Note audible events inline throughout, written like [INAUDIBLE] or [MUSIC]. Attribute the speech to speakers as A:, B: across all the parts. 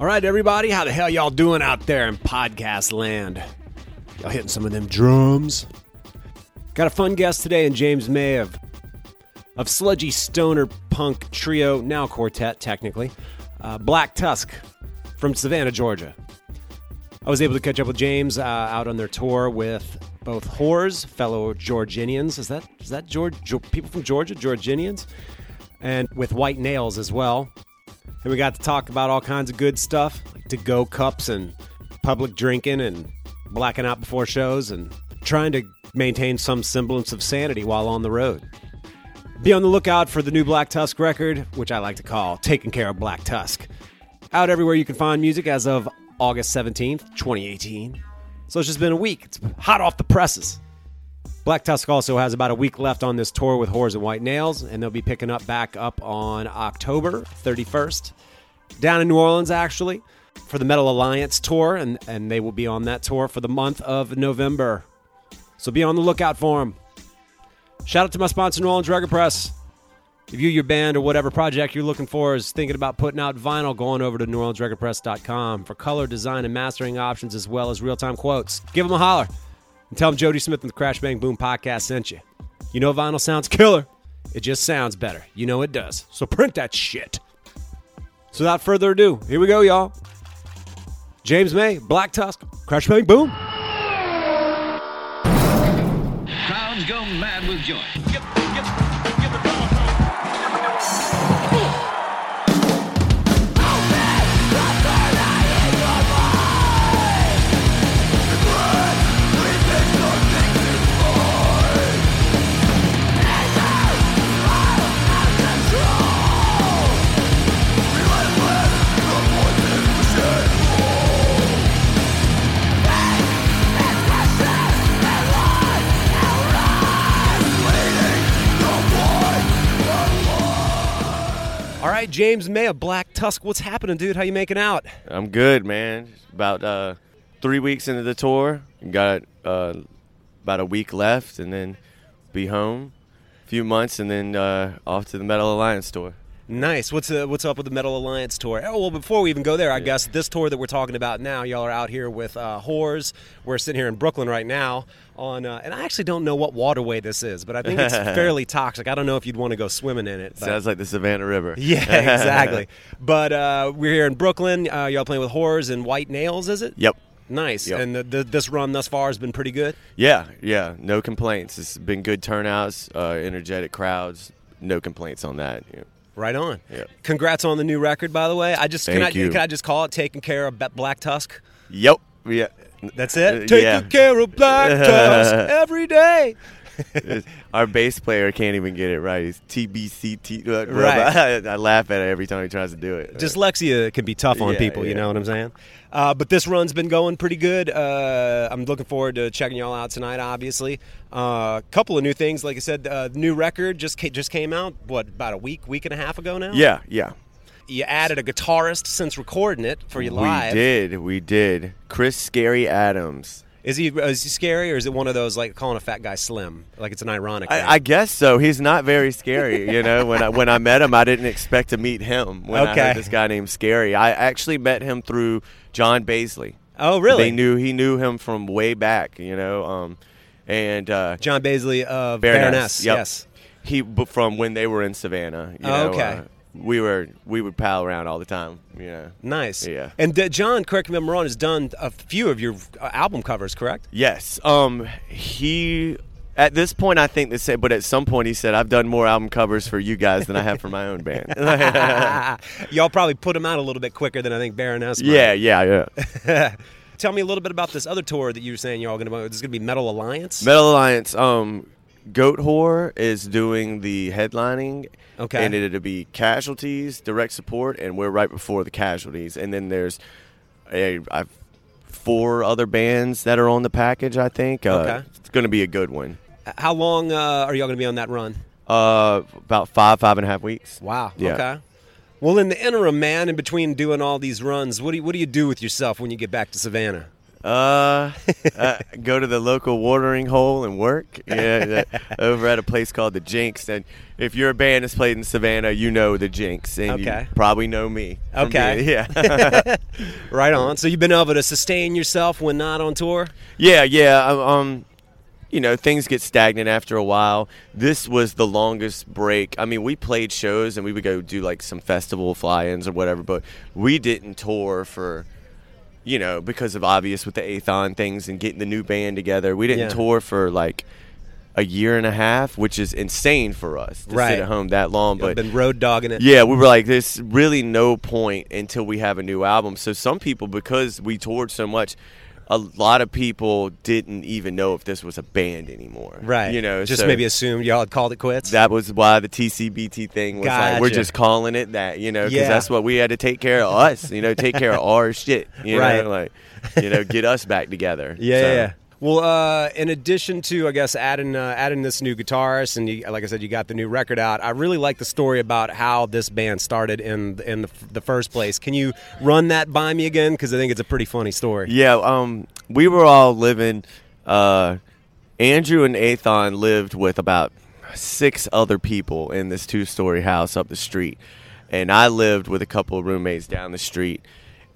A: All right, everybody, how the hell y'all doing out there in podcast land? Y'all hitting some of them drums? Got a fun guest today in James May of of sludgy stoner punk trio, now quartet technically, uh, Black Tusk from Savannah, Georgia. I was able to catch up with James uh, out on their tour with both whores, fellow Georginians. Is that is that George Ge- people from Georgia, Georginians, and with White Nails as well. And we got to talk about all kinds of good stuff, like to go cups and public drinking and blacking out before shows and trying to maintain some semblance of sanity while on the road. Be on the lookout for the new Black Tusk record, which I like to call Taking Care of Black Tusk. Out everywhere you can find music as of August 17th, 2018. So it's just been a week. It's hot off the presses. Black Tusk also has about a week left on this tour with Whores and White Nails, and they'll be picking up back up on October 31st down in New Orleans, actually, for the Metal Alliance tour, and, and they will be on that tour for the month of November. So be on the lookout for them. Shout out to my sponsor, New Orleans Record Press. If you, your band, or whatever project you're looking for is thinking about putting out vinyl, go on over to NewOrleansRecordPress.com for color, design, and mastering options, as well as real time quotes. Give them a holler and tell them Jody Smith and the Crash Bang Boom podcast sent you. You know vinyl sounds killer. It just sounds better. You know it does. So print that shit. So without further ado, here we go, y'all. James May, Black Tusk, Crash Bang Boom.
B: Crowds go mad with joy.
A: All right, James May of Black Tusk, what's happening, dude? How you making out?
C: I'm good, man. Just About uh, three weeks into the tour, got uh, about a week left, and then be home. A few months, and then uh, off to the Metal Alliance tour.
A: Nice. What's uh, what's up with the Metal Alliance tour? Oh well, before we even go there, I guess this tour that we're talking about now, y'all are out here with uh, Whores. We're sitting here in Brooklyn right now on, uh, and I actually don't know what waterway this is, but I think
C: [LAUGHS]
A: it's fairly toxic. I don't know if you'd want to go swimming in it. but- [LAUGHS]
C: Sounds like the Savannah River. [LAUGHS]
A: yeah, exactly. but uh, we're here in Brooklyn. Uh, y'all playing with Whores and White Nails, is it?
C: Yep.
A: Nice.
C: Yep.
A: And the, the, this run thus far has been pretty good.
C: Yeah, yeah. No complaints. It's been good turnouts, uh, energetic crowds. No complaints on that. Yeah.
A: Right on.
C: Yep.
A: Congrats on the new record, by the way. I just can I,
C: Thank you.
A: can I just call it "Taking Care of Be- Black Tusk"?
C: Yep. Yeah.
A: That's
C: Uh,
A: it. Taking
C: yeah.
A: care of
C: [LAUGHS]
A: black tusk every day.
C: Our bass player can't even get it right. It's TBCT. uh,
A: Right.
C: [LAUGHS] I laugh at it every time he tries to do it.
A: Dyslexia can be tough on
C: Yeah,
A: people, you
C: yeah.
A: know what I'm saying? Uh, but this run's been going pretty good. Uh, I'm looking forward to checking y'all out tonight, obviously. A uh, couple of new things. Like I said, uh, the new record just, ca- just came out, what, about a week, week and a half ago now?
C: Yeah, yeah.
A: You added a guitarist since recording it for you live.
C: We did. We did. Chris Scary Adams.
A: Is he, is he scary or is it one of those like calling a fat guy slim? Like it's an ironic thing?
C: I, I guess so. He's not very scary, you know. When I when I met him, I didn't expect to meet him. When I
A: Okay.
C: heard this guy named Scary, I actually met him through John Baisley.
A: Oh, really?
C: They knew he knew him from way back, you know. Um, and uh,
A: John Baisley of Baroness
C: Baroness, yep.
A: yes.
C: he b- from when they were in Savannah. You
A: Oh,
C: know,
A: okay.
C: uh, we were we would pal around all the time, you know.
A: Nice.
C: Yeah.
A: And uh, John, correct me if I'm wrong, has done a few of your uh, album covers, correct?
C: Yes. Um. He at this point, I think they said, but at some point, he said, "I've done more album covers for you guys than I have for my own band."
A: [LAUGHS]
C: [LAUGHS]
A: Y'all probably put him out a little bit quicker than I think Baroness. might.
C: yeah, yeah, yeah.
A: Tell me a little bit about this other tour that you were saying y'all going to. This is going to be Metal Alliance.
C: Metal Alliance. Um, Goat Whore is doing the headlining.
A: Okay.
C: And it'll be casualties, direct support, and we're right before the casualties. And then there's a I've four other bands that are on the package. I think. Uh,
A: Okay.
C: It's going to be a good one.
A: How long uh, are y'all going to be on that run?
C: Uh, about five, five and a half weeks.
A: Wow.
C: Yeah.
A: Okay. Well, in the interim, man, in between doing all these runs, what do you, what do you do with yourself when you get back to Savannah?
C: Uh, uh, go to the local watering hole and work. Yeah,
A: [LAUGHS]
C: that- over at a place called the Jinx. And if your band has played in Savannah, you know the Jinx, and
A: Okay.
C: you probably know me. from
A: Okay.
C: being- [LAUGHS] yeah.
A: Right on. So you've been able to sustain yourself when not on tour.
C: Yeah, yeah. um, Um, you know, things get stagnant after a while. This was the longest break. I mean, we played shows and we would go do like some festival fly-ins or whatever, but we didn't tour for, you know, because of obvious with the Athon things and getting the new band together. We didn't
A: Yeah.
C: tour for like a year and a half, which is insane for us to
A: Right.
C: sit at home that long.
A: I've
C: But
A: been road dogging it.
C: yeah, we were like, there's really no point until we have a new album. So some people, because we toured so much, a lot of people didn't even know if this was a band anymore.
A: Right.
C: You know,
A: just
C: so
A: maybe assumed y'all had called it quits.
C: that was why the TCBT thing was like, we're
A: Gotcha.
C: just calling it that, you know, because
A: Yeah.
C: that's what we had to take care of us, you know, take care
A: [LAUGHS]
C: of our shit, you
A: Right.
C: know, like, you know, get us back together.
A: [LAUGHS] Yeah,
C: So-
A: yeah, yeah. Well, uh, in addition to I guess adding uh, adding this new guitarist and you, like I said, you got the new record out. I really like the story about how this band started in in the, the first place. Can you run that by me again? Because I think it's a pretty funny story.
C: Yeah, um, we were all living. Uh, Andrew and Athon lived with about six other people in this two-story house up the street, and I lived with a couple of roommates down the street.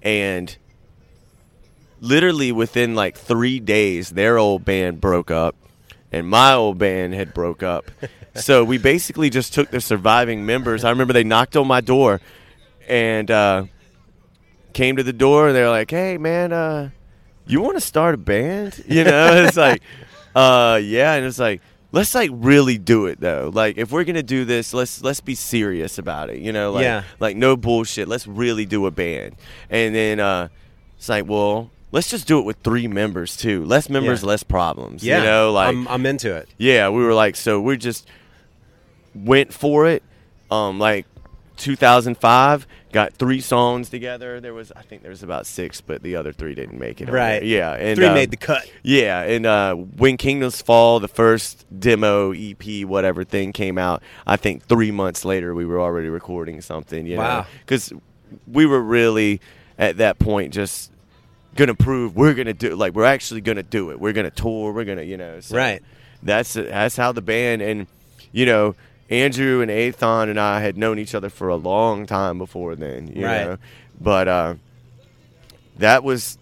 C: And literally within like three days, their old band broke up, and my old band had broke up. so we basically just took the surviving members. I remember they knocked on my door, and. Uh, came to the door and they're like, "Hey, man, uh, you want to start a band?" [LAUGHS] You know, it's like, uh, yeah, and it's like, let's like really do it though. Like, if we're gonna do this, let's let's be serious about it. You know, like
A: Yeah.
C: like no bullshit. Let's really do a band. And then uh, it's like, well, let's just do it with three members too. Less members,
A: Yeah.
C: less problems.
A: Yeah,
C: you know, like
A: I'm, I'm into it.
C: yeah, we were like, so we just went for it. Um, like 2005, got three songs together. There was, I think, there was about six, but the other three didn't make it. on
A: Right.
C: there. Yeah. And
A: Three
C: uh,
A: made the
C: [LAUGHS]
A: cut.
C: Yeah, and uh, when Kingdoms Fall, the first demo EP, whatever thing came out, I think three months later we were already recording something. You
A: Wow.
C: because we were really at that point just gonna prove we're gonna do like we're actually gonna do it. We're gonna tour. We're gonna you know so
A: Right.
C: That's that's how the band and you know Andrew and Athon and I had known each other for a long time before then. You
A: Right.
C: Know? But uh, that was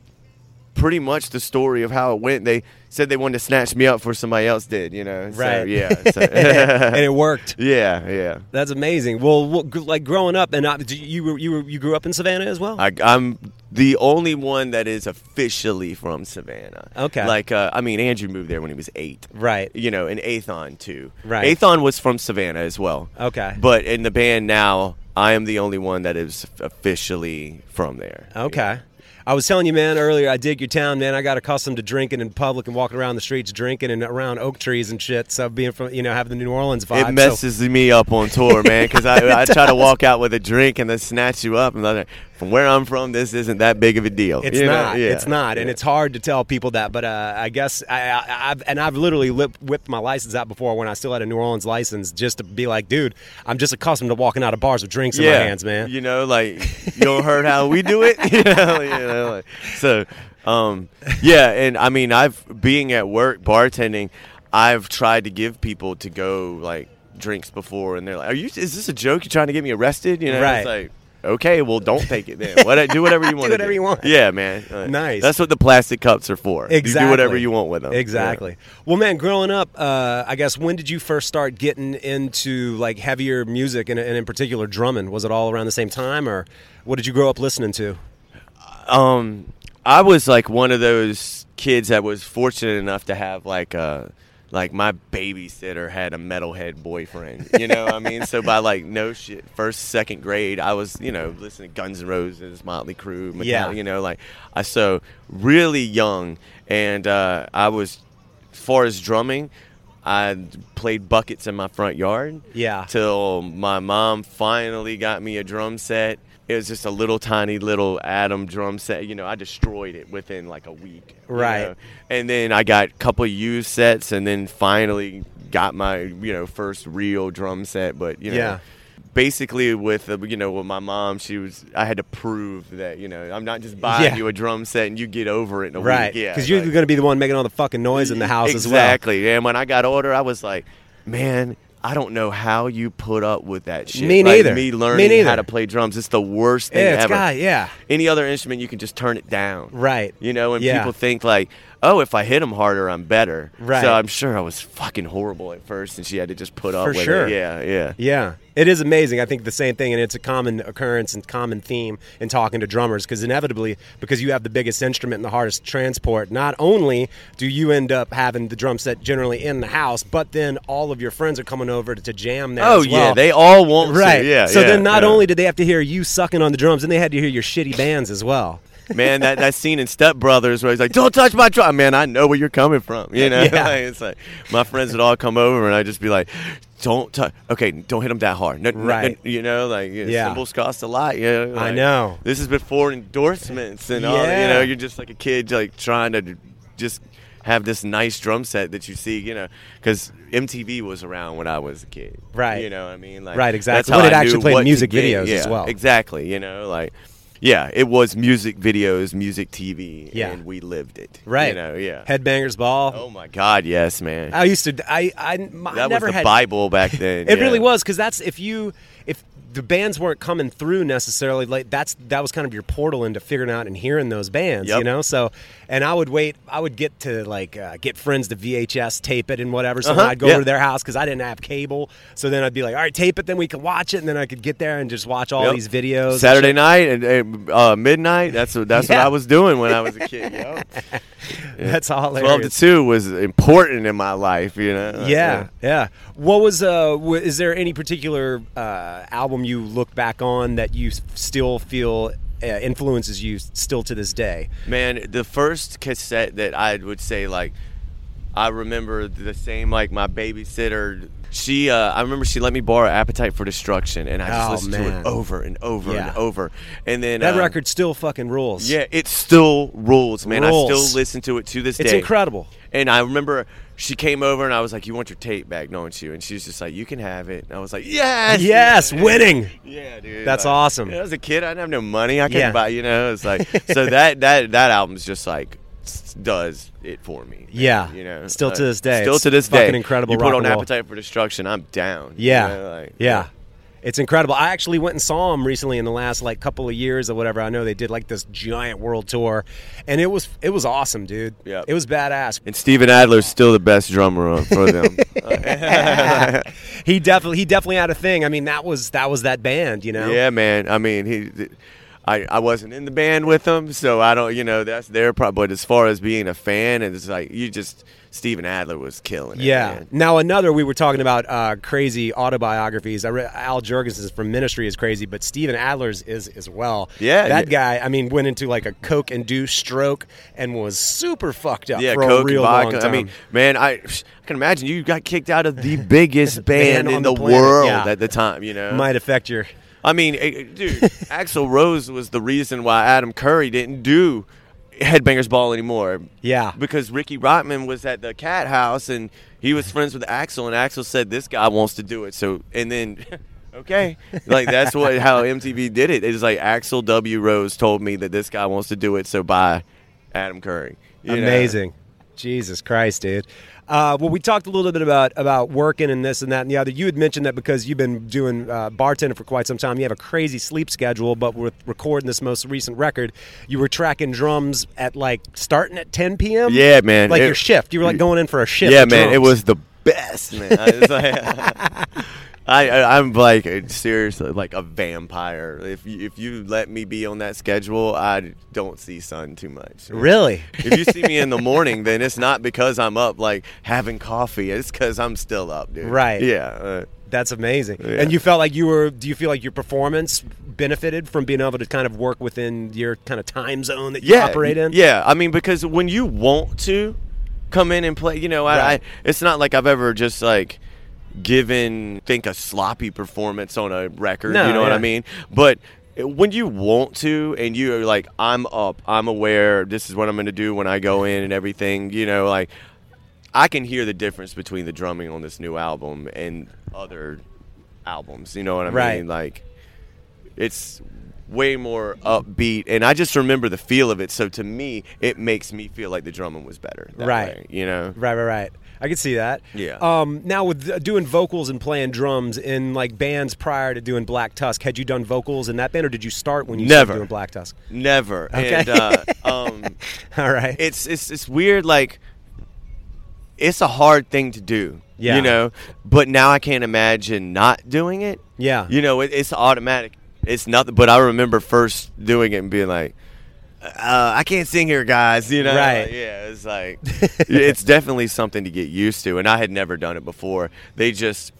C: pretty much the story of how it went. They said they wanted to snatch me up for somebody else did. You know. So,
A: Right. [LAUGHS]
C: yeah. So,
A: and it worked.
C: [LAUGHS] yeah. Yeah.
A: That's amazing. Well, what, like growing up, and I, do you you were, you were you grew up in Savannah as well.
C: I, I'm the only one that is officially from Savannah.
A: Okay.
C: Like, uh, I mean, Andrew moved there when he was eight.
A: Right.
C: You know, and Athon too.
A: Right.
C: Athon was from Savannah as well.
A: Okay.
C: But in the band now, I am the only one that is officially from there.
A: Okay. I was telling you, man, earlier, I dig your town, man. I got accustomed to drinking in public and walking around the streets drinking and around oak trees and shit. So being from, you know, having the New Orleans vibe.
C: It
A: so-
C: messes me up on tour, man,
A: [LAUGHS]
C: because I, I try to walk out with a drink and then snatch you up. And I'm like, from where I'm from, this isn't that big of a deal.
A: It's
C: You know?
A: not.
C: Yeah.
A: It's not, and
C: Yeah.
A: it's hard to tell people that. But uh, I guess I, I, I've and I've literally lip, whipped my license out before when I still had a New Orleans license, just to be like, dude, I'm just accustomed to walking out of bars with drinks in my hands, man.
C: You know, like you don't heard how we do it. [LAUGHS] you know, you know, like, so, um, yeah, and I mean, I've being at work bartending, I've tried to give people to go like drinks before, and they're like, "Are you? Is this a joke? You're trying to get me arrested?" You know,
A: Right.
C: it's like. Okay, well, don't take it then. What,
A: [LAUGHS]
C: do whatever you want.
A: whatever you want.
C: Yeah, man. Like,
A: Nice.
C: That's what the plastic cups are for. You
A: Exactly.
C: do whatever you want with them. Yeah.
A: Exactly. Well, man, growing up, uh, I guess when did you first start getting into like heavier music and, and in particular drumming? Was it all around the same time, or what did you grow up listening to?
C: um I was like one of those kids that was fortunate enough to have like a like my babysitter had a metalhead boyfriend, you know what I mean? So by like no shit, first second grade, I was you know listening to Guns N' Roses, Motley Crue, Metallica,
A: Yeah.
C: you know, like I so really young, and uh, I was as far as drumming, I played buckets in my front yard.
A: Yeah.
C: Till my mom finally got me a drum set. It was just a little tiny little Adam drum set. You know, I destroyed it within like a week. you
A: Right.
C: know. And then I got a couple used sets and then finally got my, you know, first real drum set. But, you know,
A: Yeah.
C: basically with uh, you know with my mom, she was I had to prove that you know I'm not just buying
A: Yeah.
C: you a drum set and you get over it in a
A: right?
C: week. Yeah,
A: Because you're
C: like-
A: going to be the one making all the fucking noise in the house
C: exactly.
A: as
C: And when I got older, I was like, man. I don't know how you put up with that shit.
A: Me
C: Like,
A: neither.
C: me
A: Me
C: learning
A: neither.
C: how to play drums. It's the worst
A: well.
C: thing
A: Yeah, it's
C: ever.
A: got- yeah,
C: Any other instrument, you can just turn it down.
A: right.
C: You know, and
A: Yeah.
C: people think like, oh, if I hit him harder, I'm better.
A: Right.
C: So I'm sure I was fucking horrible at first, and she had to just put up
A: For
C: with
A: sure.
C: it. Yeah, yeah.
A: Yeah, it is amazing. I think the same thing, and it's a common occurrence and common theme in talking to drummers because inevitably, because you have the biggest instrument and the hardest transport, not only do you end up having the drum set generally in the house, but then all of your friends are coming over to, to jam there.
C: Oh
A: as
C: yeah,
A: well.
C: they all want
A: [LAUGHS]
C: to.
A: right.
C: Yeah.
A: So
C: yeah,
A: then, not
C: yeah. [LAUGHS]
A: only did they have to hear you sucking on the drums, and they had to hear your shitty bands as well.
C: man, that, that scene in Step Brothers where he's like, "Don't touch my drum," man. I know where you're coming from. You know,
A: Yeah.
C: Like, [LAUGHS] it's like my friends would all come over and I'd just be like, "Don't touch. Okay, don't hit him that hard." No, no, no,"
A: Right.
C: you know, like yeah,
A: Yeah.
C: symbols cost a lot. You know,
A: I
C: like,
A: know.
C: This is before endorsements and all. that,
A: Yeah.
C: You know, you're just like a kid, like trying to just have this nice drum set that you see. You know, because MTV was around when I was a kid.
A: Right.
C: You know what I mean? Like
A: Right, exactly.
C: that's how
A: When it
C: I
A: actually
C: knew
A: played
C: what to
A: music
C: get.
A: videos as
C: Yeah,
A: well.
C: Exactly. You know, like yeah, it was music videos, music TV,
A: Yeah.
C: and we lived it.
A: Right.
C: [LAUGHS] You know, yeah.
A: Headbangers ball.
C: oh my God, yes, man.
A: I used to. I. I. my- I
C: that was
A: never
C: the
A: had [LAUGHS]
C: Bible back then.
A: It
C: yeah.
A: really was because that's if you if the bands weren't coming through necessarily like that's that was kind of your portal into figuring out and hearing those bands you
C: Yep.
A: know so and I would wait I would get to like uh, get friends to VHS tape it and whatever so then
C: Uh-huh,
A: I'd go
C: yeah.
A: over to their house because I didn't have cable so then I'd be like all right tape it then we can watch it and then I could get there and just watch all
C: Yep.
A: these videos and
C: Saturday night and, and uh, midnight. That's what that's
A: Yeah.
C: what I was doing when I was a
A: [LAUGHS]
C: kid. yo.
A: shit. that's all
C: Twelve to two was important in my life. You know. Like,
A: yeah, yeah. What was uh? w- Is there any particular uh, album you look back on that you s- still feel uh, influences you s- still to this day?
C: Man, the first cassette that I would say like I remember the same like my babysitter. She, uh, I remember she let me borrow Appetite for Destruction, and I just
A: Oh,
C: listened to
A: man.
C: it over and over
A: Yeah.
C: and over. And then
A: That
C: um,
A: record still fucking rules.
C: yeah, it still rules, man. I
A: Rules.
C: still listen to it to this
A: it's
C: day.
A: incredible.
C: And I remember she came over, and I was like, "You want your tape back, don't you?" And she was just like, "You can have it." And I was like, "Yes,
A: Yes, winning.
C: yeah, dude.
A: That's
C: Like,
A: awesome.
C: As a kid, I didn't have no money. I couldn't
A: Yeah.
C: buy, you know. It's
A: [LAUGHS]
C: like so that that that album's just like s- does it for me. man,
A: Yeah.
C: you know.
A: Still to
C: Like,
A: this day.
C: Still
A: It's
C: to this
A: fucking
C: day.
A: incredible
C: You
A: rock
C: put on
A: and roll.
C: Appetite for Destruction, I'm down. you
A: Yeah.
C: know, like-
A: yeah. It's incredible. I actually went and saw them recently in the last like couple of years or whatever. I know they did like this giant world tour, and it was it was awesome, dude.
C: Yep.
A: It was badass.
C: And Steven Adler's still the best drummer on- for
A: [LAUGHS]
C: them.
A: He definitely he definitely had a thing. I mean, that was that was that band, you know.
C: Yeah, man. I mean, he. th- I, I wasn't in the band with them, so I don't, you know, that's their problem. But as far as being a fan, it's like you just Steven Adler was killing it.
A: Yeah.
C: man.
A: Now another we were talking about uh, crazy autobiographies. I read Al Jurgensen's from Ministry is crazy, but Steven Adler's is as well.
C: Yeah,
A: That guy,
C: yeah.
A: I mean, went into like a coke induced stroke and was super fucked up
C: Yeah,
A: for
C: Coke
A: a real
C: and vodka.
A: long time.
C: I mean, man, I, I can imagine you got kicked out of
A: [LAUGHS]
C: the biggest
A: Band
C: band
A: on
C: in
A: the
C: the,
A: planet,
C: world
A: yeah.
C: at the time. You know,
A: might affect your
C: I mean, eh, eh,
A: [LAUGHS]
C: dude, Axl Rose was the reason why Adam Curry didn't do Headbangers Ball anymore.
A: Yeah.
C: because Ricky Rotman was at the Cat House and he was friends with Axl, and Axl said this guy wants to do it. So, and then. [LAUGHS] Okay, like that's what how MTV did it. It's like Axel W. Rose told me that this guy wants to do it, so bye, Adam Curry. You know?
A: Amazing. Jesus Christ, dude. Uh, well, we talked a little bit about about working and this and that and the other. You had mentioned that because you've been doing uh, bartending for quite some time, you have a crazy sleep schedule. But with recording this most recent record, you were tracking drums at like starting at 10 p.m.
C: Yeah, man.
A: like
C: It-
A: your shift. You were like going in for a shift.
C: yeah,
A: of
C: man, it
A: drums.
C: was the best, man. I was like- [LAUGHS] I, I I'm like uh, seriously like a vampire. If you, if you let me be on that schedule, I don't see sun too much.
A: really.
C: if you see
A: [LAUGHS]
C: me in the morning, then it's not because I'm up like having coffee. It's because I'm still up, dude.
A: Right.
C: Yeah. uh,
A: That's amazing.
C: Yeah.
A: And you felt like you were. Do you feel like your performance benefited from being able to kind of work within your kind of time zone that you
C: yeah.
A: operate in?
C: Yeah. I mean, because when you want to come in and play, you know, I,
A: Right.
C: I it's not like I've ever just like given think a sloppy performance on a record.
A: No,
C: you know what
A: yeah.
C: I mean? But when you want to and you're like, I'm up, I'm aware, this is what I'm going to do when I go in and everything, you know, like I can hear the difference between the drumming on this new album and other albums. You know what I
A: Right.
C: mean? Like, it's way more upbeat, and I just remember the feel of it. So to me, it makes me feel like the drumming was better. that
A: Right.
C: way, you know.
A: Right, right, right. I could see that.
C: Yeah.
A: Um, now with uh, doing vocals and playing drums in like bands prior to doing Black Tusk, had you done vocals in that band, or did you start when you
C: Never.
A: started doing Black Tusk? [LAUGHS]
C: Never. And, uh, um,
A: All right.
C: [LAUGHS] it's it's it's weird like it's a hard thing to do
A: Yeah.
C: you know but now i can't imagine not doing it
A: Yeah.
C: you know it, it's automatic it's nothing but i remember first doing it and being like uh, i can't sing here guys you know
A: Right.
C: Like, yeah
A: [LAUGHS]
C: it's like it's definitely something to get used to and i had never done it before they just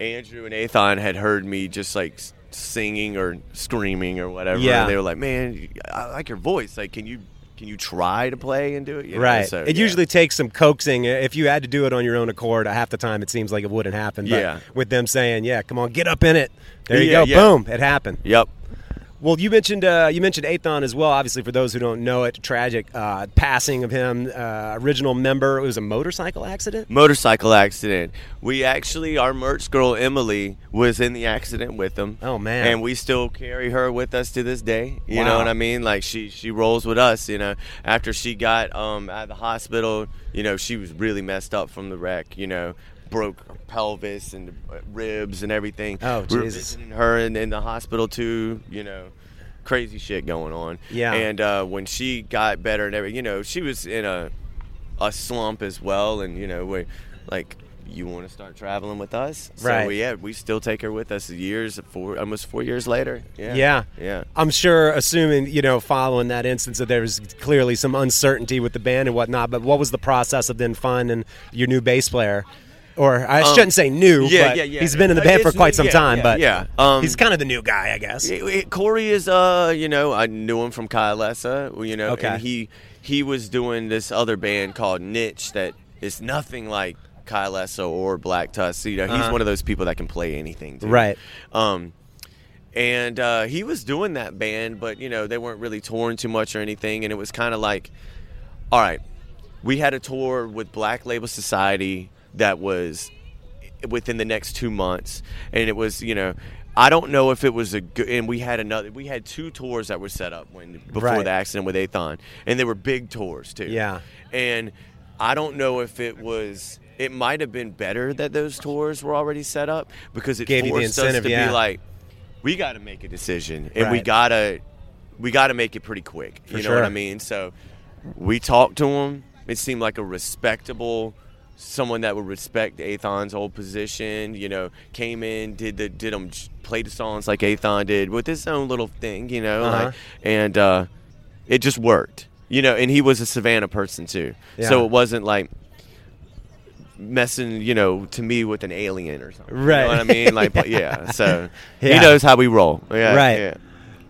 C: andrew and athon had heard me just like s- singing or screaming or whatever
A: Yeah.
C: and they were like man i like your voice like can you can you try to play and do it You know,
A: Right.
C: so,
A: it
C: yeah.
A: usually takes some coaxing. uh, If you had to do it on your own accord, uh, half the time it seems like it wouldn't happen. But
C: Yeah.
A: With them saying, "Yeah, come on, get up in it." There you go.
C: Yeah, yeah.
A: Boom. It happened.
C: yep
A: Well, you mentioned uh, you mentioned Athon as well. Obviously, for those who don't know it, tragic uh, passing of him. Uh, original member. It was a motorcycle accident.
C: motorcycle accident. We actually, our merch girl Emily was in the accident with them.
A: Oh, man.
C: And we still carry her with us to this day. You
A: Wow.
C: know what I mean? Like she she rolls with us. You know, after she got um out of the hospital, you know she was really messed up from the wreck. You know. Broke her pelvis and uh, ribs and everything.
A: Oh,
C: We were
A: Jesus.
C: visiting her in, in the hospital too. You know, crazy shit going on.
A: Yeah.
C: And uh, when she got better and everything, you know, she was in a a slump as well, and you know, we like you want to start traveling with us, so
A: Right.
C: we, yeah, we still take her with us years four almost four years later. Yeah,
A: Yeah.
C: yeah.
A: I'm sure, assuming, you know, following that instance, that there was clearly some uncertainty with the band and whatnot, but what was the process of then finding your new bass player? Or I shouldn't say new,
C: Um, yeah,
A: but
C: yeah, yeah.
A: he's been in the
C: Uh,
A: band for
C: it's
A: quite
C: new-
A: some
C: yeah,
A: time,
C: yeah,
A: but
C: yeah. Um,
A: he's kind of the new guy, I guess.
C: It- it- Corey is, uh, you know, I knew him from Kylesa, you know,
A: Okay.
C: and he he was doing this other band called Niche that is nothing like Kylesa or Black Tusk. You know, he's
A: Uh-huh.
C: one of those people that can play anything, too.
A: Right.
C: Um, and uh, he was doing that band, but you know they weren't really touring too much or anything, and it was kind of like, all right, we had a tour with Black Label Society that was within the next two months, and it was you know. I don't know if it was a good, and we had another. We had two tours that were set up when before
A: Right.
C: the accident with Athon, and they were big tours too.
A: Yeah.
C: and I don't know if it was. It might have been better that those tours were already set up because it
A: Gave you the
C: forced
A: incentive,
C: us to
A: yeah.
C: be like, we got to make a decision, and we
A: Right.
C: gotta we gotta make it pretty quick. you know
A: sure.
C: what I mean? So we talked to him. It seemed like a respectable someone that would respect Athon's old position. You know, came in, did the did him play the songs like Athon did with his own little thing. You know,
A: Uh-huh.
C: like, and uh, it just worked. You know, and he was a Savannah person too,
A: Yeah.
C: so it wasn't like messing, you know, to me with an alien or something. You
A: Right.
C: know what I mean? Like, yeah. So
A: [LAUGHS] Yeah.
C: he knows how we roll. Yeah,
A: Right.
C: Yeah.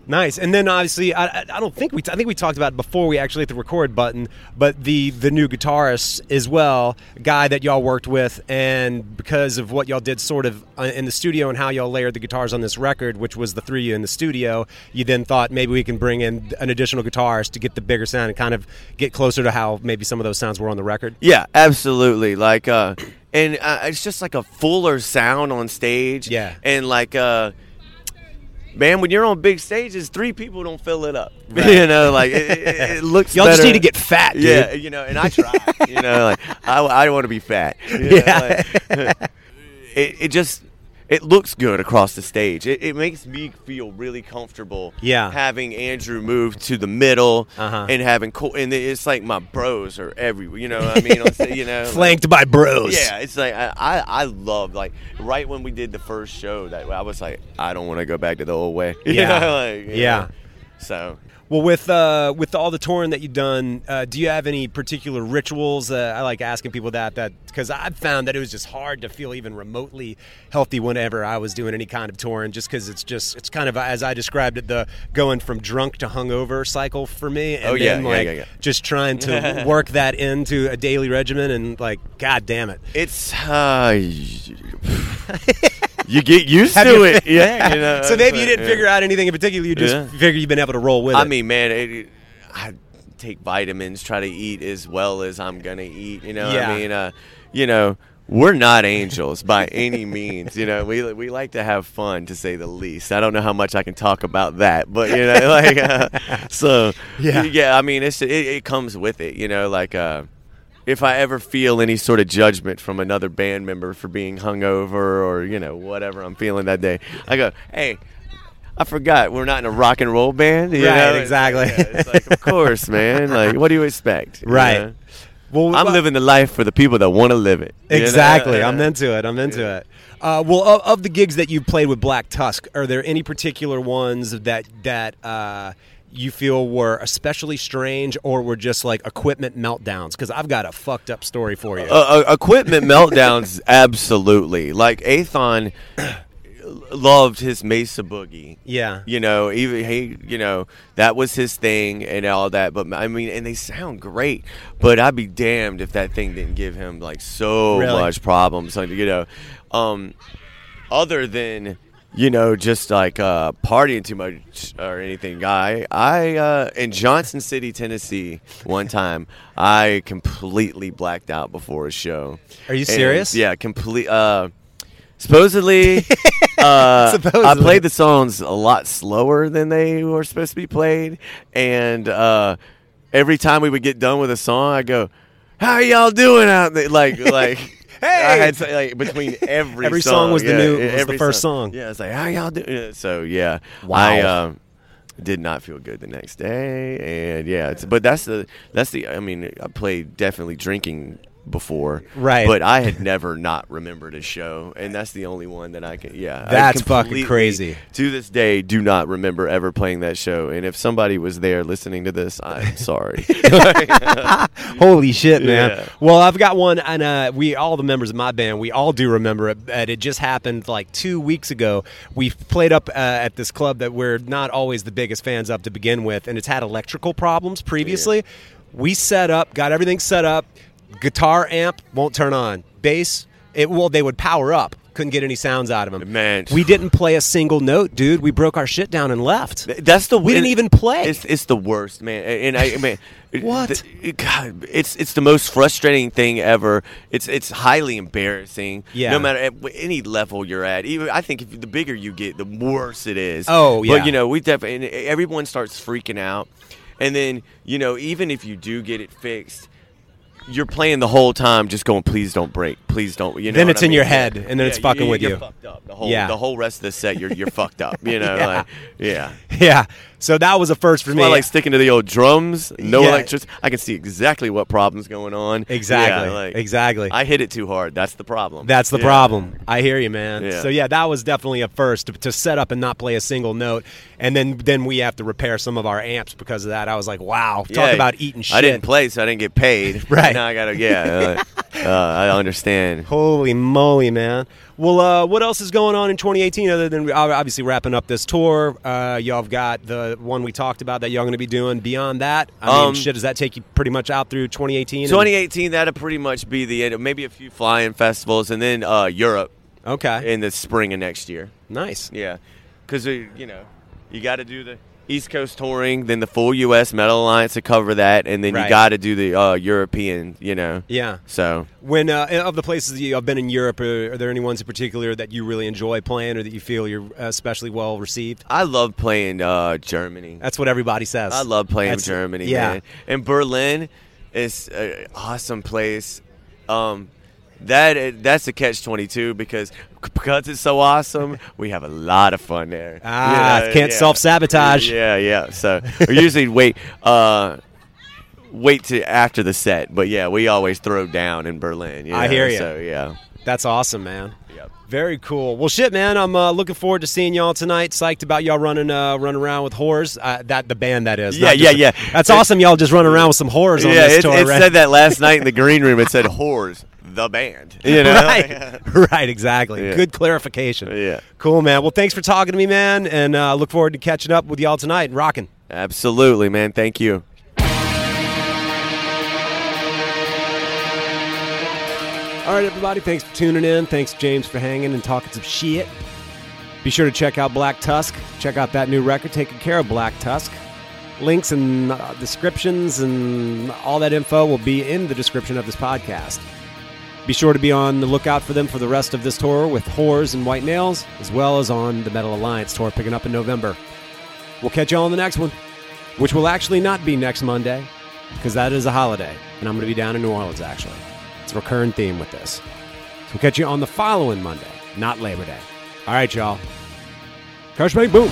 A: Nice. And then obviously, I, I- I don't think we, I think we talked about it before we actually hit the record button, but the, the new guitarist as well, guy that y'all worked with, and because of what y'all did sort of uh, in the studio and how y'all layered the guitars on this record, which was the three of you in the studio, you then thought maybe we can bring in an additional guitarist to get the bigger sound and kind of get closer to how maybe some of those sounds were on the record.
C: Yeah, absolutely. Like, uh, and uh, it's just like a fuller sound on stage.
A: Yeah.
C: And like, uh, man, when you're on big stages, three people don't fill it up. [LAUGHS]
A: Right.
C: You know, like it, it, it looks.
A: Y'all just
C: better.
A: need to get fat, dude.
C: Yeah, you know, and I try. you
A: [LAUGHS]
C: know, like I, I want to be fat. you know,
A: Yeah. [LAUGHS]
C: like, it, it just it looks good across the stage. It, it makes me feel really comfortable.
A: Yeah.
C: having Andrew move to the middle
A: Uh-huh.
C: and having cool, and it's like my bros are everywhere. You know what I mean? On sta-
A: [LAUGHS]
C: you know, like-
A: Flanked by bros.
C: yeah, it's like I, I, I love like right when we did the first show that I was like I don't want to go back to the old way. [LAUGHS] You
A: Yeah.
C: know, like, you
A: Yeah.
C: know. So
A: Well, with uh, with all the touring that you've done, uh, do you have any particular rituals? Uh, I like asking people that that because I've found that it was just hard to feel even remotely healthy whenever I was doing any kind of touring, just because it's just it's kind of as I described it, the going from drunk to hungover cycle for me, and
C: Oh, yeah,
A: then
C: yeah,
A: like
C: yeah, yeah.
A: just trying
C: [LAUGHS]
A: to work that into a daily regimen, and like, god damn it,
C: it's uh, [LAUGHS] you get used
A: Have
C: to
A: you- [LAUGHS]
C: it. Yeah. You know,
A: so maybe you
C: Uh, but,
A: didn't
C: yeah.
A: figure out anything in particular. You just
C: Yeah.
A: figure you've been able to roll with it.
C: I mean, man, it, it- I take vitamins, try to eat as well as I'm gonna eat. You know, what
A: Yeah.
C: I mean, uh, you know, we're not angels by [LAUGHS] any means. You know, we we like to have fun to say the least. I don't know how much I can talk about that, but you know, [LAUGHS] like uh, so
A: Yeah.
C: yeah. I mean, it's it, it comes with it. You know, like uh, if I ever feel any sort of judgment from another band member for being hungover or you know whatever I'm feeling that day, I go, hey. I forgot we're not in a rock and roll band. you
A: Right,
C: know?
A: exactly.
C: Yeah, it's like, of course, man. Like, what do you expect? you
A: Right.
C: know?
A: Well,
C: I'm
A: well-
C: living the life for the people that want to live it. you know?
A: Exactly. I'm into it. I'm into it. Uh, well, of, of the gigs that you've played with Black Tusk, are there any particular ones that that uh, you feel were especially strange or were just like equipment meltdowns? Because I've got a fucked up story for you.
C: Uh, uh, equipment meltdowns, [LAUGHS] absolutely. Like Athon [CLEARS THROAT] loved his Mesa Boogie.
A: yeah.
C: You know, even he, you know, that was his thing and all that. But I mean, and they sound great. But I'd be damned if that thing didn't give him like so
A: Really?
C: much problems. Like you know, um, other than you know just like uh, partying too much or anything guy i uh, in johnson city tennessee one time i completely blacked out before a show
A: Are you
C: And,
A: serious?
C: yeah complete uh,
A: [LAUGHS]
C: supposedly uh, i
A: Supposedly.
C: played the songs a lot slower than they were supposed to be played and uh, every time we would get done with a song i go how y'all doing out
A: [LAUGHS]
C: there like like I
A: Hey!
C: had to,
A: [LAUGHS]
C: like between every
A: Every song was the
C: yeah,
A: new-
C: e-
A: was the
C: every
A: first song.
C: Yeah, it's like how y'all do. yeah, So yeah,
A: Wow.
C: I um, did not feel good the next day, and yeah, it's, but that's the that's the. I mean, I played definitely drinking before,
A: Right.
C: But I had never not remembered a show, and that's the only one that I can. Yeah, I
A: That's fucking
C: completely,
A: crazy.
C: To this day, do not remember ever playing that show. And if somebody was there listening to this, I'm sorry.
A: [LAUGHS] Holy shit, man!
C: Yeah.
A: Well, I've got one, and uh, we all the members of my band, we all do remember it. But it just happened like two weeks ago. We played up uh, at this club that we're not always the biggest fans of to begin with, and it's had electrical problems previously. We set up, got everything set up. Guitar amp won't turn on. Bass, it well they would power up. Couldn't get any sounds out of them.
C: Man.
A: we didn't play a single note, dude. We broke our shit down and left.
C: Th- That's the
A: We didn't
C: and
A: even play.
C: It's, it's the worst, man. A- And I,
A: [LAUGHS]
C: I mean, it-
A: What?
C: the- it- God, it's it's the most frustrating thing ever. It's it's highly embarrassing.
A: Yeah.
C: No matter at wh- any level you're at, even I think if the bigger you get, the worse it is.
A: Oh, yeah.
C: But you know, we definitely and e, everyone starts freaking out, and then you know, even if you do get it fixed. You're playing the whole time, just going, please don't break, please don't. You know
A: Then
C: what
A: it's
C: I
A: in your
C: mean?
A: head, and then it's fucking with
C: you're
A: you.
C: Fucked up. The whole,
A: Yeah.
C: the whole rest of the set, you're you're fucked up.
A: [LAUGHS]
C: You know,
A: Yeah.
C: like yeah.
A: [LAUGHS] yeah, so that was a first for
C: It's more
A: me.
C: like sticking to the old drums, no
A: Yeah.
C: electricity. I can see exactly what problem's going on.
A: Exactly,
C: Yeah, like,
A: exactly.
C: I hit it too hard. That's the problem.
A: That's the
C: Yeah.
A: problem. I hear you, man.
C: Yeah.
A: So yeah, that was definitely a first to, to set up and not play a single note, and then then we have to repair some of our amps because of that. I was like, wow, talk
C: Yeah,
A: about eating shit.
C: I didn't play, so I didn't
A: [LAUGHS]
C: get paid.
A: Right.
C: Now I gotta. Yeah. like, uh,
A: [LAUGHS]
C: I understand.
A: Holy moly, man! Well, uh, what else is going on in 2018 other than ob- obviously wrapping up this tour? Uh, y'all have got the one we talked about that y'all going to be doing. Beyond that, I mean,
C: Um,
A: shit, does that take you pretty much out through 2018? and-
C: 2018. That'll pretty much be the end. Maybe a few flying festivals, and then uh, Europe
A: Okay,
C: in the spring of next year.
A: nice.
C: Yeah, because you know you got to do the East Coast touring, then the full U.S. Metal Alliance to cover that, and then
A: Right.
C: you got to do the uh, European. You know.
A: Yeah.
C: So
A: When uh, of the places that you have been in Europe, uh, are, are there any ones in particular that you really enjoy playing, or that you feel you're uh, especially well received?
C: I love playing uh, Germany.
A: That's what everybody says.
C: I love playing
A: That's-
C: Germany,
A: yeah.
C: man. And Berlin is an awesome place. Um, that that's a catch twenty two because because it's so awesome, we have a lot of fun there.
A: Ah, can't self-sabotage.
C: Yeah, yeah. So we usually wait. Uh, Wait to after the set, but yeah, we always throw down in Berlin. You
A: I
C: know,
A: hear ya.
C: So yeah,
A: That's awesome, man.
C: Yep.
A: Very cool. Well, shit, man. I'm uh, looking forward to seeing y'all tonight. Psyched about y'all running, uh, running around with whores. Uh, that the band that is.
C: Yeah,
A: not just-
C: yeah, yeah.
A: That's
C: It-
A: awesome. Y'all just running around with some whores on
C: yeah.
A: this
C: It,
A: tour,
C: it
A: right?
C: said that last night
A: [LAUGHS]
C: in the green room. It said "whores the band." You know,
A: right, [LAUGHS] right, exactly.
C: Yeah.
A: Good clarification.
C: Yeah.
A: Cool, man. Well, thanks for talking to me, man, and uh, look forward to catching up with y'all tonight and rocking.
C: Absolutely, man. Thank you.
A: All right, everybody, thanks for tuning in. Thanks, James, for hanging and talking some shit. Be sure to check out Black Tusk. Check out that new record, Taking Care of Black Tusk. Links and uh, descriptions and all that info will be in the description of this podcast. Be sure to be on the lookout for them for the rest of this tour with Whores and White Nails, as well as on the Metal Alliance tour picking up in November. We'll catch y'all on the next one, which will actually not be next Monday, because that is a holiday, and I'm going to be down in New Orleans, actually. It's a recurring theme with this. So we'll catch you on the following Monday, not Labor Day. All right, y'all. Crush Bang Boom!